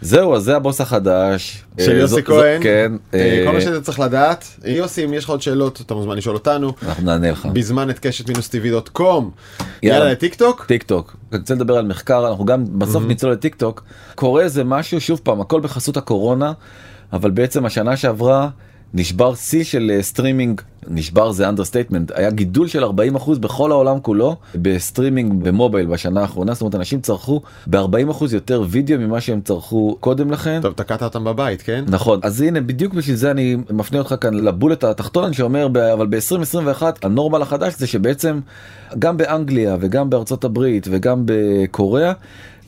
Speaker 2: זהו אז זה הבוס החדש
Speaker 1: של
Speaker 2: אה,
Speaker 1: יוסי
Speaker 2: זו- זו-
Speaker 1: כהן.
Speaker 2: כן
Speaker 1: אה, כל
Speaker 2: אה,
Speaker 1: מה שאתה צריך לדעת, יוסי אם יש לך עוד שאלות אתה מוזמן לשאול אותנו,
Speaker 2: אנחנו נענה לך
Speaker 1: בזמן את קשת מינוס טבעי דוט קום.
Speaker 2: נכון. יאללה.
Speaker 1: יאללה לטיק טוק?
Speaker 2: טיק טוק Mhm. אני רוצה לדבר על מחקר אנחנו גם בסוף נצלול לטיק טוק קורה איזה משהו שוב פעם הכל בחסות הקורונה אבל בעצם השנה שעברה נשבר שיא של אה, סטרימינג נשבר זה אנדרסטייטמנט היה גידול של 40 אחוז בכל העולם כולו בסטרימינג במובייל בשנה האחרונה זאת אומרת אנשים צרכו ב-40 אחוז יותר וידאו ממה שהם צרכו קודם לכן.
Speaker 1: טוב, תקעת אותם בבית, כן?
Speaker 2: נכון אז הנה בדיוק בשביל זה אני מפנה אותך כאן לבולט התחתון שאומר ב- אבל ב-2021 הנורמל החדש זה שבעצם גם באנגליה וגם בארצות הברית וגם בקוריאה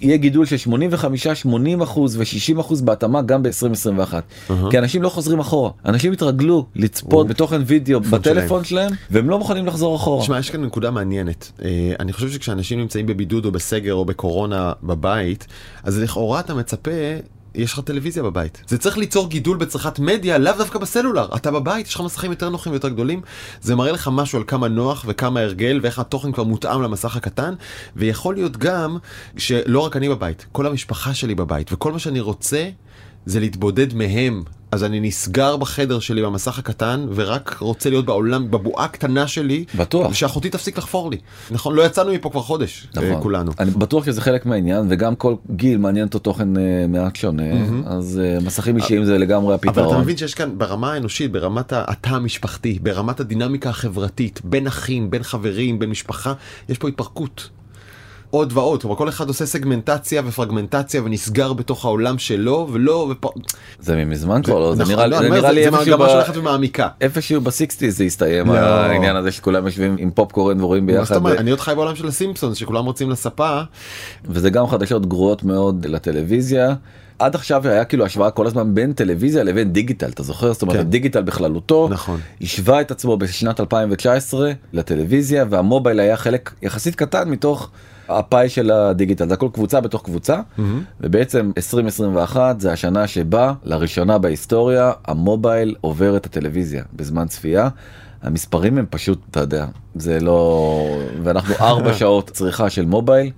Speaker 2: יהיה גידול של 85 80 אחוז ו-60 אחוז בהתאמה גם ב-2021 כי אנשים לא חוזרים אחורה אנשים התרגלו לצפות
Speaker 1: אוקיי.
Speaker 2: בתוכן וידאו בטלפון שלהם והם לא מוכנים לחזור אחורה.
Speaker 1: תשמע, יש כאן נקודה מעניינת. אה, אני חושב שכשאנשים נמצאים בבידוד או בסגר או בקורונה בבית, אז לכאורה אתה מצפה... יש לך טלוויזיה בבית. זה צריך ליצור גידול בצריכת מדיה, לאו דווקא בסלולר. אתה בבית, יש לך מסכים יותר נוחים ויותר גדולים. זה מראה לך משהו על כמה נוח וכמה הרגל ואיך התוכן כבר מותאם למסך הקטן. ויכול להיות גם שלא רק אני בבית, כל המשפחה שלי בבית, וכל מה שאני רוצה זה להתבודד מהם. אז אני נסגר בחדר שלי במסך הקטן, ורק רוצה להיות בעולם, בבועה הקטנה שלי,
Speaker 2: בטוח.
Speaker 1: שאחותי תפסיק לחפור לי. נכון, לא יצאנו מפה כבר חודש,
Speaker 2: נכון.
Speaker 1: אה, כולנו.
Speaker 2: אני בטוח שזה חלק מהעניין וגם כל גיל מעניין אותו תוכן אה, מעט שונה אז אה, מסכים אישיים זה לגמרי
Speaker 1: אבל אתה
Speaker 2: הפתרון.
Speaker 1: מבין שיש כאן ברמה האנושית, ברמת ה- התא המשפחתי, ברמת הדינמיקה החברתית, בין אחים, בין חברים, בין משפחה, יש פה התפרקות. עוד ועוד, כלומר כל אחד עושה סגמנטציה ופרגמנטציה ונסגר בתוך העולם שלו, ולא... ופ...
Speaker 2: זה מזמן כבר לא, זה
Speaker 1: נכון,
Speaker 2: נראה לי-
Speaker 1: לא,
Speaker 2: זה
Speaker 1: אני אומר,
Speaker 2: נראה לי
Speaker 1: זה
Speaker 2: איפשהו
Speaker 1: מגמה
Speaker 2: ב-
Speaker 1: שהולכת ומעמיקה.
Speaker 2: איפשהו בסיקסטיז זה הסתיים
Speaker 1: לא.
Speaker 2: העניין הזה שכולם יושבים עם פופקורן ורואים
Speaker 1: מה זאת
Speaker 2: ביחד
Speaker 1: אומרת? אני עוד חי בעולם של הסימפסונס שכולם רצים לספה.
Speaker 2: וזה גם חדשות גרועות מאוד לטלוויזיה. עד עכשיו היה כאילו השוואה כל הזמן בין טלוויזיה לבין דיגיטל אתה זוכר זאת אומרת
Speaker 1: כן.
Speaker 2: הדיגיטל בכללותו
Speaker 1: נכון.
Speaker 2: השווה את עצמו בשנת 2019 לטלוויזיה והמובייל היה חלק יחסית קטן מתוך הפאי של הדיגיטל זה הכל קבוצה בתוך קבוצה ובעצם 2021 זה השנה שבה לראשונה בהיסטוריה המובייל עובר את הטלוויזיה בזמן צפייה. המספרים הם פשוט אתה יודע זה לא ואנחנו 4 שעות צריכה של מובייל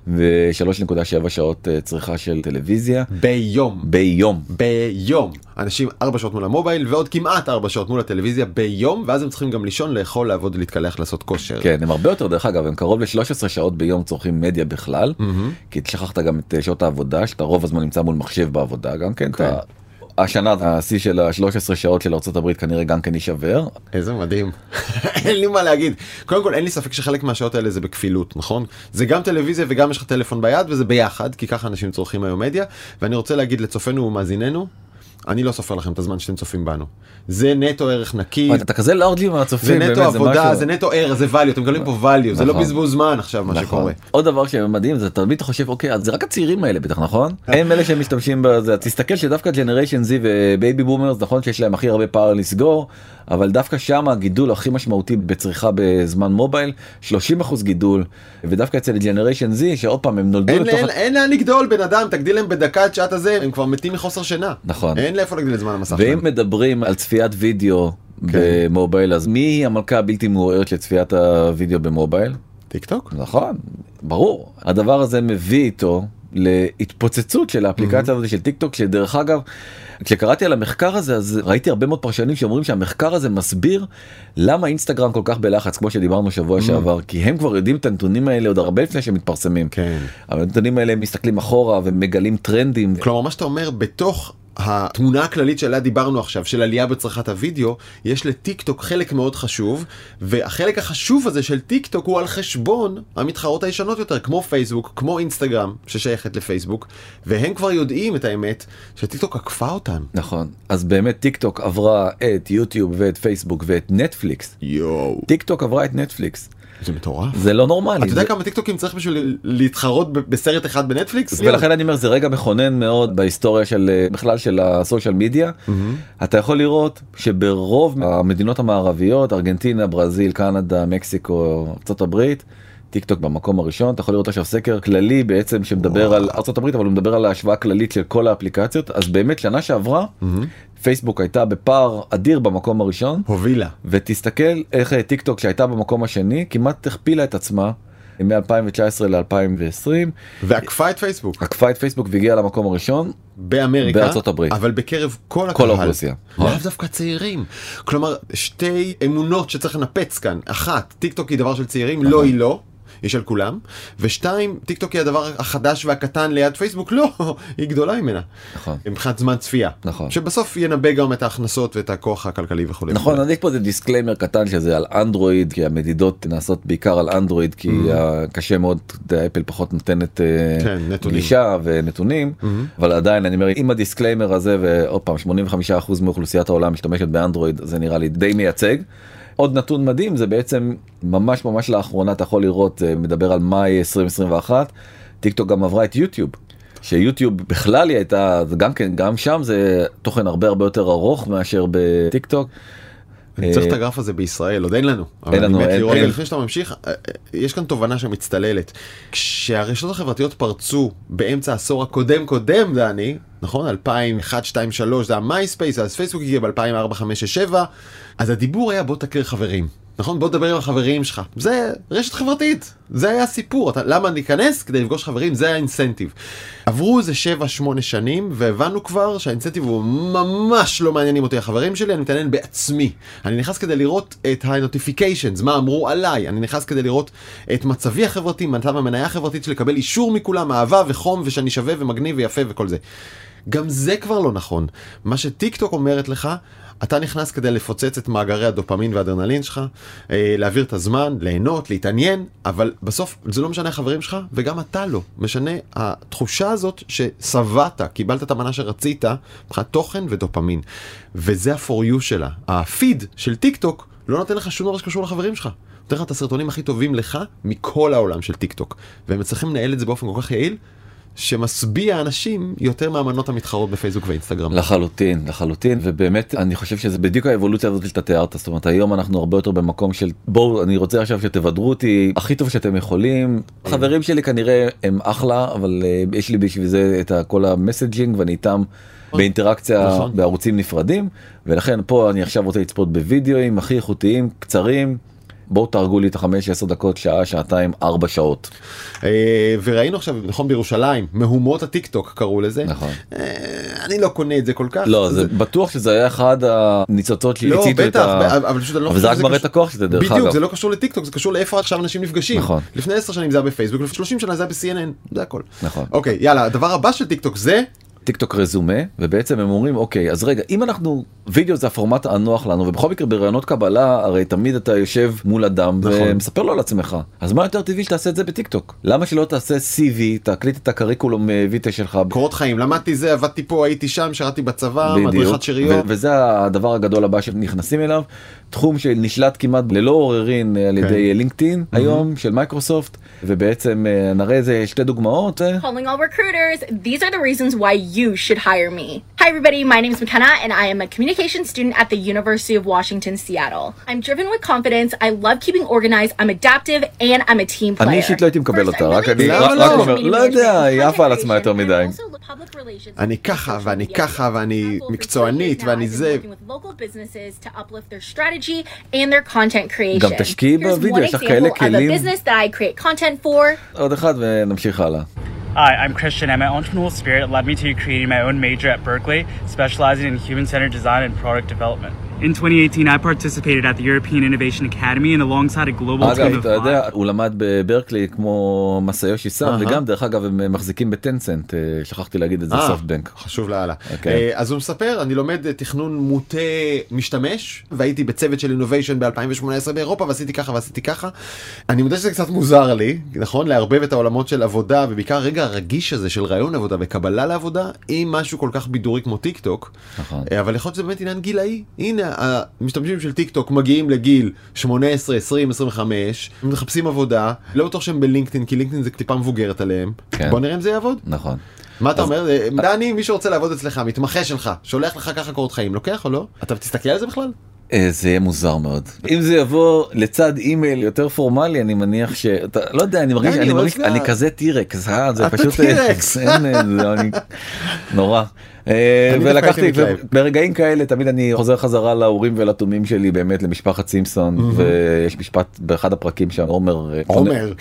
Speaker 2: ו-3.7 שעות אה, צריכה של טלוויזיה
Speaker 1: ביום.
Speaker 2: ביום.
Speaker 1: ביום. אנשים 4 שעות מול המובייל ועוד כמעט 4 שעות מול הטלוויזיה ביום, ואז הם צריכים גם לישון, לאכול, לעבוד, להתקלח, לעשות כושר.
Speaker 2: כן הם הרבה יותר דרך אגב הם קרוב ל-13 שעות ביום צורכים מדיה בכלל
Speaker 1: מהמם.
Speaker 2: כי שכחת גם את אה, שעות העבודה שאתה רוב הזמן נמצא מול מחשב בעבודה גם כן. אתה... השנה השיא של ה-13 שעות של ארה"ב כנראה גם כן יישבר.
Speaker 1: איזה מדהים. אין לי מה להגיד. קודם כל אין לי ספק שחלק מהשעות האלה זה בכפילות, נכון? זה גם טלוויזיה וגם יש לך טלפון ביד וזה ביחד, כי ככה אנשים צורכים היום מדיה. ואני רוצה להגיד לצופינו ומאזיננו, אני לא סופר לכם את הזמן שאתם צופים בנו. זה נטו ערך נקי.
Speaker 2: אתה כזה לארג'י
Speaker 1: זה
Speaker 2: מהצופים
Speaker 1: נטו
Speaker 2: באמת,
Speaker 1: עבודה,
Speaker 2: משהו-
Speaker 1: זה נטו ער, זה value, אתם מקבלים פה value, זה לא
Speaker 2: נכון.
Speaker 1: בזבוז זמן עכשיו מה
Speaker 2: נכון.
Speaker 1: שקורה.
Speaker 2: עוד דבר שמדהים זה תמיד אתה חושב אוקיי אז זה רק הצעירים האלה בטח נכון הם אלה שמשתמשים בזה אז תסתכל שדווקא ג'נריישן Z ובייבי בומרס נכון שיש להם הכי הרבה פער לסגור אבל דווקא שם הגידול הכי משמעותי בצריכה בזמן מובייל 30 אחוז גידול ודווקא אצל ג'נריישן Z שעוד פעם הם נולדו
Speaker 1: אין-
Speaker 2: לתוך
Speaker 1: אין אין לאן לגדול בן אדם, תגדיל להם בדקה את שעת הזה, הם כבר מתים מחוסר שינה.
Speaker 2: נכון.
Speaker 1: אין לאיפה להגדיל את זמן המסך שלהם.
Speaker 2: ואם מדברים על צפיית וידאו במובייל אז מי היא המלכה הבלתי מעורערת של צפיית הוידאו במובייל?
Speaker 1: טיק טוק?
Speaker 2: נכון, ברור. הדבר הזה מביא איתו להתפוצצות של האפליקציה הזאת של טיק טוק שדרך אגב כשקראתי על המחקר הזה אז ראיתי הרבה מאוד פרשנים שאומרים שהמחקר הזה מסביר למה אינסטגרם כל כך בלחץ כמו שדיברנו שבוע שעבר כי הם כבר יודעים את הנתונים האלה עוד הרבה לפני שהם מתפרסמים.
Speaker 1: כן.
Speaker 2: אבל הנתונים האלה הם מסתכלים אחורה ומגלים טרנדים.
Speaker 1: כלומר, מה שאתה אומר, בתוך התמונה הכללית שעליה דיברנו עכשיו, של עלייה בצריכת הוידאו, יש לטיק טוק חלק מאוד חשוב, והחלק החשוב הזה של טיק טוק הוא על חשבון המתחרות הישנות יותר, כמו פייסבוק, כמו אינסטגרם, ששייכת לפייסבוק, והם כבר יודעים את האמת, שטיק טוק עקפה אותם.
Speaker 2: נכון אז באמת טיק טוק עברה את יוטיוב ואת פייסבוק ואת נטפליקס
Speaker 1: יואו,
Speaker 2: טיק טוק עברה את נטפליקס
Speaker 1: זה מטורף.
Speaker 2: זה לא נורמלי
Speaker 1: אתה יודע
Speaker 2: זה-
Speaker 1: כמה טיקטוקים צריך בשביל להתחרות ב- בסרט אחד בנטפליקס?
Speaker 2: ולכן אני אומר זה רגע מכונן מאוד בהיסטוריה של אה, בכלל של הסושיאל מדיה אתה יכול לראות שברוב המדינות המערביות ארגנטינה ברזיל קנדה מקסיקו ארצות הברית. טיק טוק במקום הראשון אתה יכול לראות עכשיו סקר כללי בעצם שמדבר על ארצות הברית אבל הוא מדבר על ההשוואה הכללית של כל האפליקציות אז באמת שנה שעברה פייסבוק הייתה בפער אדיר במקום הראשון
Speaker 1: הובילה.
Speaker 2: ותסתכל איך אה, טיק טוק שהייתה במקום השני כמעט הכפילה את עצמה מ-2019 ל-2020
Speaker 1: ועקפה את פייסבוק
Speaker 2: עקפה את פייסבוק והגיעה למקום הראשון
Speaker 1: באמריקה,
Speaker 2: בארצות הברית.
Speaker 1: אבל בקרב כל
Speaker 2: כל
Speaker 1: הקהל.
Speaker 2: האוכלוסייה.
Speaker 1: לאו דווקא צעירים. כלומר, שתי אמונות שצריך לנפץ כאן. אחת, טיקטוק היא דבר של צעירים,
Speaker 2: נכון.
Speaker 1: לא היא לא. היא של כולם, ושתיים, טיקטוק היא הדבר החדש והקטן ליד פייסבוק, לא, היא גדולה ממנה,
Speaker 2: נכון.
Speaker 1: מבחינת זמן צפייה,
Speaker 2: נכון.
Speaker 1: שבסוף ינבא גם את ההכנסות ואת הכוח הכלכלי וכולי.
Speaker 2: נכון אז יש פה איזה דיסקליימר קטן שזה על אנדרואיד כי המדידות נעשות בעיקר על אנדרואיד כי אה, קשה מאוד אתה יודע, אפל פחות נותנת אה,
Speaker 1: Mm-hmm. כן, נתונים. Mm-hmm.
Speaker 2: גישה ונתונים אבל עדיין אני אומר עם הדיסקליימר הזה ועוד פעם 85% מאוכלוסיית העולם משתמשת באנדרואיד זה נראה לי די מייצג. עוד נתון מדהים זה בעצם ממש ממש לאחרונה אתה יכול לראות אה, מדבר על מאי 2021 טיק טוק גם עברה את יוטיוב. שיוטיוב בכלל היא הייתה זה גם כן גם שם זה תוכן הרבה הרבה יותר ארוך מאשר בטיק טוק.
Speaker 1: אני צריך את הגרף הזה בישראל, עוד אין לנו.
Speaker 2: אה, אין לנו,
Speaker 1: אבל אני
Speaker 2: אין-
Speaker 1: מת לראות,
Speaker 2: אין.
Speaker 1: לפני שאתה ממשיך, אה, אה, יש כאן תובנה שמצטללת. כשהרשתות החברתיות פרצו באמצע העשור הקודם קודם, דני, נכון? 2001, 2000, 2003, זה המייספייס, אז פייסבוק הגיע ב-2004, 2005, 2007, אז הדיבור היה בוא תכיר חברים. נכון? בוא תדבר עם החברים שלך. זה רשת חברתית, זה היה הסיפור. אתה, למה ניכנס? כדי לפגוש חברים, זה האינסנטיב. עברו איזה 7-8 שנים, והבנו כבר שהאינסנטיב הוא ממש לא מעניינים אותי החברים שלי, אני מתעניין בעצמי. אני נכנס כדי לראות את ה-notifications, מה אמרו עליי. אני נכנס כדי לראות את מצבי החברתי, מצב המניה החברתית שלי, לקבל אישור מכולם, אהבה וחום, ושאני שווה ומגניב ויפה וכל זה. גם זה כבר לא נכון. מה שטיק טוק אומרת לך, אתה נכנס כדי לפוצץ את מאגרי הדופמין והאדרנלין שלך, אה, להעביר את הזמן, ליהנות, להתעניין, אבל בסוף זה לא משנה החברים שלך, וגם אתה לא. משנה התחושה הזאת ששבעת, קיבלת את המנה שרצית, מבחינת תוכן ודופמין. וזה ה-for you שלה. הפיד של טיק טוק לא נותן לך שום דבר שקשור לחברים שלך. נותן לך את הסרטונים הכי טובים לך מכל העולם של טיק טוק. והם מצליחים לנהל את זה באופן כל כך יעיל, שמשביע אנשים יותר מהמנות המתחרות בפייסבוק ואינסטגרם.
Speaker 2: לחלוטין, לחלוטין, ובאמת, אני חושב שזה בדיוק האבולוציה הזאת שאתה תיארת, זאת אומרת, היום אנחנו הרבה יותר במקום של בואו, אני רוצה עכשיו שתבדרו אותי הכי טוב שאתם יכולים. חברים שלי כנראה הם אחלה, אבל אה, יש לי בשביל זה את ה- כל המסג'ינג ואני איתם באינטראקציה
Speaker 1: נכון.
Speaker 2: בערוצים נפרדים, ולכן פה אני עכשיו רוצה לצפות בווידאוים הכי איכותיים, קצרים. בואו תהרגו לי את החמש עשר דקות שעה שעתיים ארבע שעות
Speaker 1: אה, וראינו עכשיו, נכון, בירושלים, מהומות הטיק טוק קראו לזה.
Speaker 2: נכון
Speaker 1: אה, אני לא קונה את זה כל כך.
Speaker 2: לא זה בטוח שזה היה אחד הניצוצות
Speaker 1: לא,
Speaker 2: שהציתו את
Speaker 1: בטח,
Speaker 2: ה...
Speaker 1: אבל- אבל פשוט אני לא
Speaker 2: אבל זה
Speaker 1: חושב
Speaker 2: רק
Speaker 1: שזה
Speaker 2: מראה את
Speaker 1: קשור-
Speaker 2: הכוח של זה דרך
Speaker 1: בדיוק,
Speaker 2: אגב.
Speaker 1: זה לא קשור לטיק טוק, זה קשור לאיפה עכשיו אנשים נפגשים.
Speaker 2: נכון.
Speaker 1: לפני 10 שנים זה היה בפייסבוק, לפני 30 שנה זה היה ב-CNN, זה הכל.
Speaker 2: נכון.
Speaker 1: אוקיי, יאללה, הדבר הבא של טיק טוק זה,
Speaker 2: טיק טוק רזומה ובעצם הם אומרים אוקיי אז רגע אם אנחנו וידאו זה הפורמט הנוח לנו ובכל מקרה בראיונות קבלה הרי תמיד אתה יושב מול אדם
Speaker 1: נכון.
Speaker 2: ומספר לו על עצמך אז מה יותר טבעי שתעשה את זה בטיק טוק למה שלא תעשה CV תקליט את הקריקולום אה, ויטה שלך.
Speaker 1: קורות חיים, למדתי זה, עבדתי פה, הייתי שם, שירתי בצבא, מדריכת
Speaker 2: ו-
Speaker 1: שריון.
Speaker 2: וזה הדבר הגדול הבא שנכנסים אליו תחום שנשלט כמעט ללא עוררין אה, על
Speaker 1: כן.
Speaker 2: ידי לינקדאין היום של מייקרוסופט ובעצם אה, נראה איזה שתי דוגמאות. אה,
Speaker 3: Calling all recruiters, these are the reasons why you should hire me. Hi, everybody, my name is McKenna, and I am a communications student at the University of Washington, Seattle. I'm driven with confidence, I love keeping organized, I'm adaptive, and I'm a team player.
Speaker 2: אני אישית לא הייתי מקבל
Speaker 3: First, I'm
Speaker 2: אותה, רק
Speaker 3: really
Speaker 2: אני-
Speaker 3: excited
Speaker 1: למה
Speaker 3: about
Speaker 1: לא?
Speaker 3: social
Speaker 1: אומר,
Speaker 3: media
Speaker 2: לא
Speaker 3: management,
Speaker 2: יודע, היא
Speaker 3: content
Speaker 2: עפה על עצמה יותר
Speaker 3: creation,
Speaker 2: מדי.
Speaker 3: and also public relations.
Speaker 1: אני ככה, ואני ככה, ואני
Speaker 3: For
Speaker 1: מקצוענית,
Speaker 3: four years now,
Speaker 1: ואני
Speaker 3: I've been
Speaker 1: זה.
Speaker 3: working with local businesses to uplift their strategy and their content creation.
Speaker 2: גם תשקיעי
Speaker 3: Here's
Speaker 2: בווידאו,
Speaker 3: one
Speaker 2: יש לך
Speaker 3: example
Speaker 2: כאלה
Speaker 3: of a
Speaker 2: כלים.
Speaker 3: business that I create content for.
Speaker 2: עוד אחד ונמשיך הלאה.
Speaker 4: Hi, I'm Christian, and my entrepreneurial spirit led me to creating my own major at Berkeley, specializing in human centered design and product development. In 2018, I participated at the European Innovation Academy and alongside a
Speaker 1: לא
Speaker 4: global team
Speaker 2: אגב,
Speaker 4: of
Speaker 2: אתה יודע,
Speaker 4: five.
Speaker 2: הוא למד בברקלי כמו מסיושי סאם,
Speaker 1: אהה.
Speaker 2: וגם דרך אגב הם מחזיקים בטנסנט, אה, שכחתי להגיד את זה,
Speaker 1: אה,
Speaker 2: סופטבנק.
Speaker 1: חשוב לאללה.
Speaker 2: אוקיי.
Speaker 1: אה, אז הוא מספר, אני לומד אה, תכנון מוטה משתמש, והייתי בצוות של אינוביישן ב-2018 באירופה, ועשיתי ככה ועשיתי ככה. אני מודה שזה קצת מוזר לי, נכון? לערבב את העולמות של עבודה, ובעיקר הרגע הרגיש הזה של רעיון עבודה וקבלה לעבודה, עם משהו כל כך בידורי כמו טיק טוק.
Speaker 2: נכון.
Speaker 1: אה, אבל יכול להיות שזה באמת עניין גילאי. הנה, המשתמשים של טיק טוק מגיעים לגיל 18, 20, 25, הם מחפשים עבודה, לא בטוח שהם בלינקדאין, כי לינקדאין זה טיפה מבוגרת עליהם.
Speaker 2: כן.
Speaker 1: בוא נראה אם זה יעבוד.
Speaker 2: נכון.
Speaker 1: מה אתה אומר? אה, דני, מי שרוצה לעבוד אצלך, מתמחה שלך, שולח לך ככה קורות חיים, לוקח או לא? אתה תסתכל על זה בכלל?
Speaker 2: אה, זה יהיה מוזר מאוד. אם זה יבוא לצד אימייל יותר פורמלי, אני מניח ש... אתה- לא יודע, אני מרגיש,
Speaker 1: דני,
Speaker 2: אני
Speaker 1: אבל
Speaker 2: מרגיש,
Speaker 1: זה-
Speaker 2: אני כזה טירקס, אה? זה
Speaker 1: אה, אתה
Speaker 2: פשוט...
Speaker 1: טירקס.
Speaker 2: אין, אה, זה- אני- נורא. אה,
Speaker 1: אני דווקא
Speaker 2: ולקחתי,
Speaker 1: הייתי מתלהב.
Speaker 2: ברגעים כאלה תמיד אני חוזר חזרה להורים ולתומים שלי באמת למשפחת סימפסון, ויש משפט באחד הפרקים שם, עומר... אה,
Speaker 1: עומר,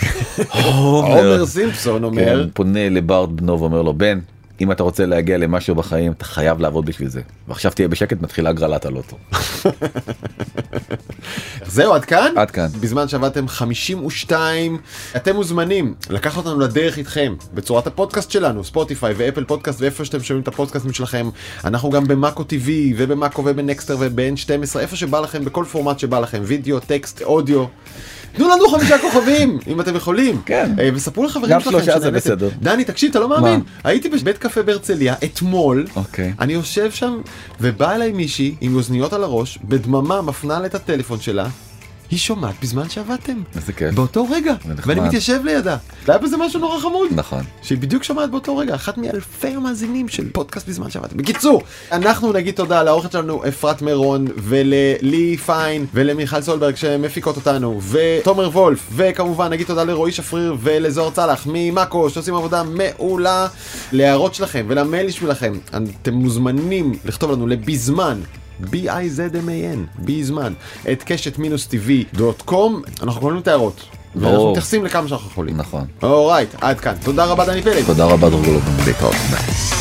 Speaker 2: עומר
Speaker 1: עומר סימפסון
Speaker 2: כן,
Speaker 1: אומר,
Speaker 2: פונה לברד בנו ואומר לו בן אם אתה רוצה להגיע למשהו בחיים אתה חייב לעבוד בשביל זה ועכשיו תהיה בשקט מתחילה הגרלת הלוטו
Speaker 1: זהו עד כאן?
Speaker 2: עד כאן.
Speaker 1: בזמן שעבדתם 52, אתם מוזמנים לקח אותנו לדרך איתכם בצורת הפודקאסט שלנו, ספוטיפיי ואפל פודקאסט ואיפה שאתם שומעים את הפודקאסטים שלכם. אנחנו גם במאקו TV ובמאקו ובנקסטר וב-N12, איפה שבא לכם, בכל פורמט שבא לכם, וידאו, טקסט, אודיו. תנו לנו חמישה כוכבים אם אתם יכולים
Speaker 2: כן.
Speaker 1: אה, וספרו לחברים
Speaker 2: גם
Speaker 1: שלכם
Speaker 2: שלושה זה
Speaker 1: שנהניתם.
Speaker 2: בסדר.
Speaker 1: דני תקשיב אתה לא מאמין הייתי בבית קפה בהרצליה אתמול
Speaker 2: אוקיי.
Speaker 1: אני יושב שם, ובאה אליי מישהי עם אוזניות על הראש, בדממה מפנה לה את הטלפון שלה. היא שומעת בזמן שעבדתם.
Speaker 2: איזה כיף.
Speaker 1: באותו רגע.
Speaker 2: זה נחמד.
Speaker 1: ואני מתיישב לידה. היה בזה משהו נורא חמוד.
Speaker 2: נכון
Speaker 1: שהיא בדיוק שומעת באותו רגע, אחת מאלפי המאזינים של פודקאסט בזמן שעבדתם. בקיצור, אנחנו נגיד תודה לעורכת שלנו אפרת מירון, וללי פיין, ולמיכל סולברג שמפיקות אותנו, ותומר וולף, וכמובן נגיד תודה לרועי שפריר ולזוהר צלח ממאקו, שעושים עבודה מעולה, להערות שלכם ולמייל שלכם. אתם מוזמנים לכתוב לנו לבזמן. B-I-Z-M-A-N, בזמן, את קשת מינוס tv.com, אנחנו קוראים את ההערות, ואנחנו
Speaker 2: ברור.
Speaker 1: מתייחסים לכמה שאנחנו יכולים.
Speaker 2: נכון
Speaker 1: אורייט, עד כאן. תודה רבה דני פלג.
Speaker 2: תודה רבה דרוגלו. להתראות. ביי.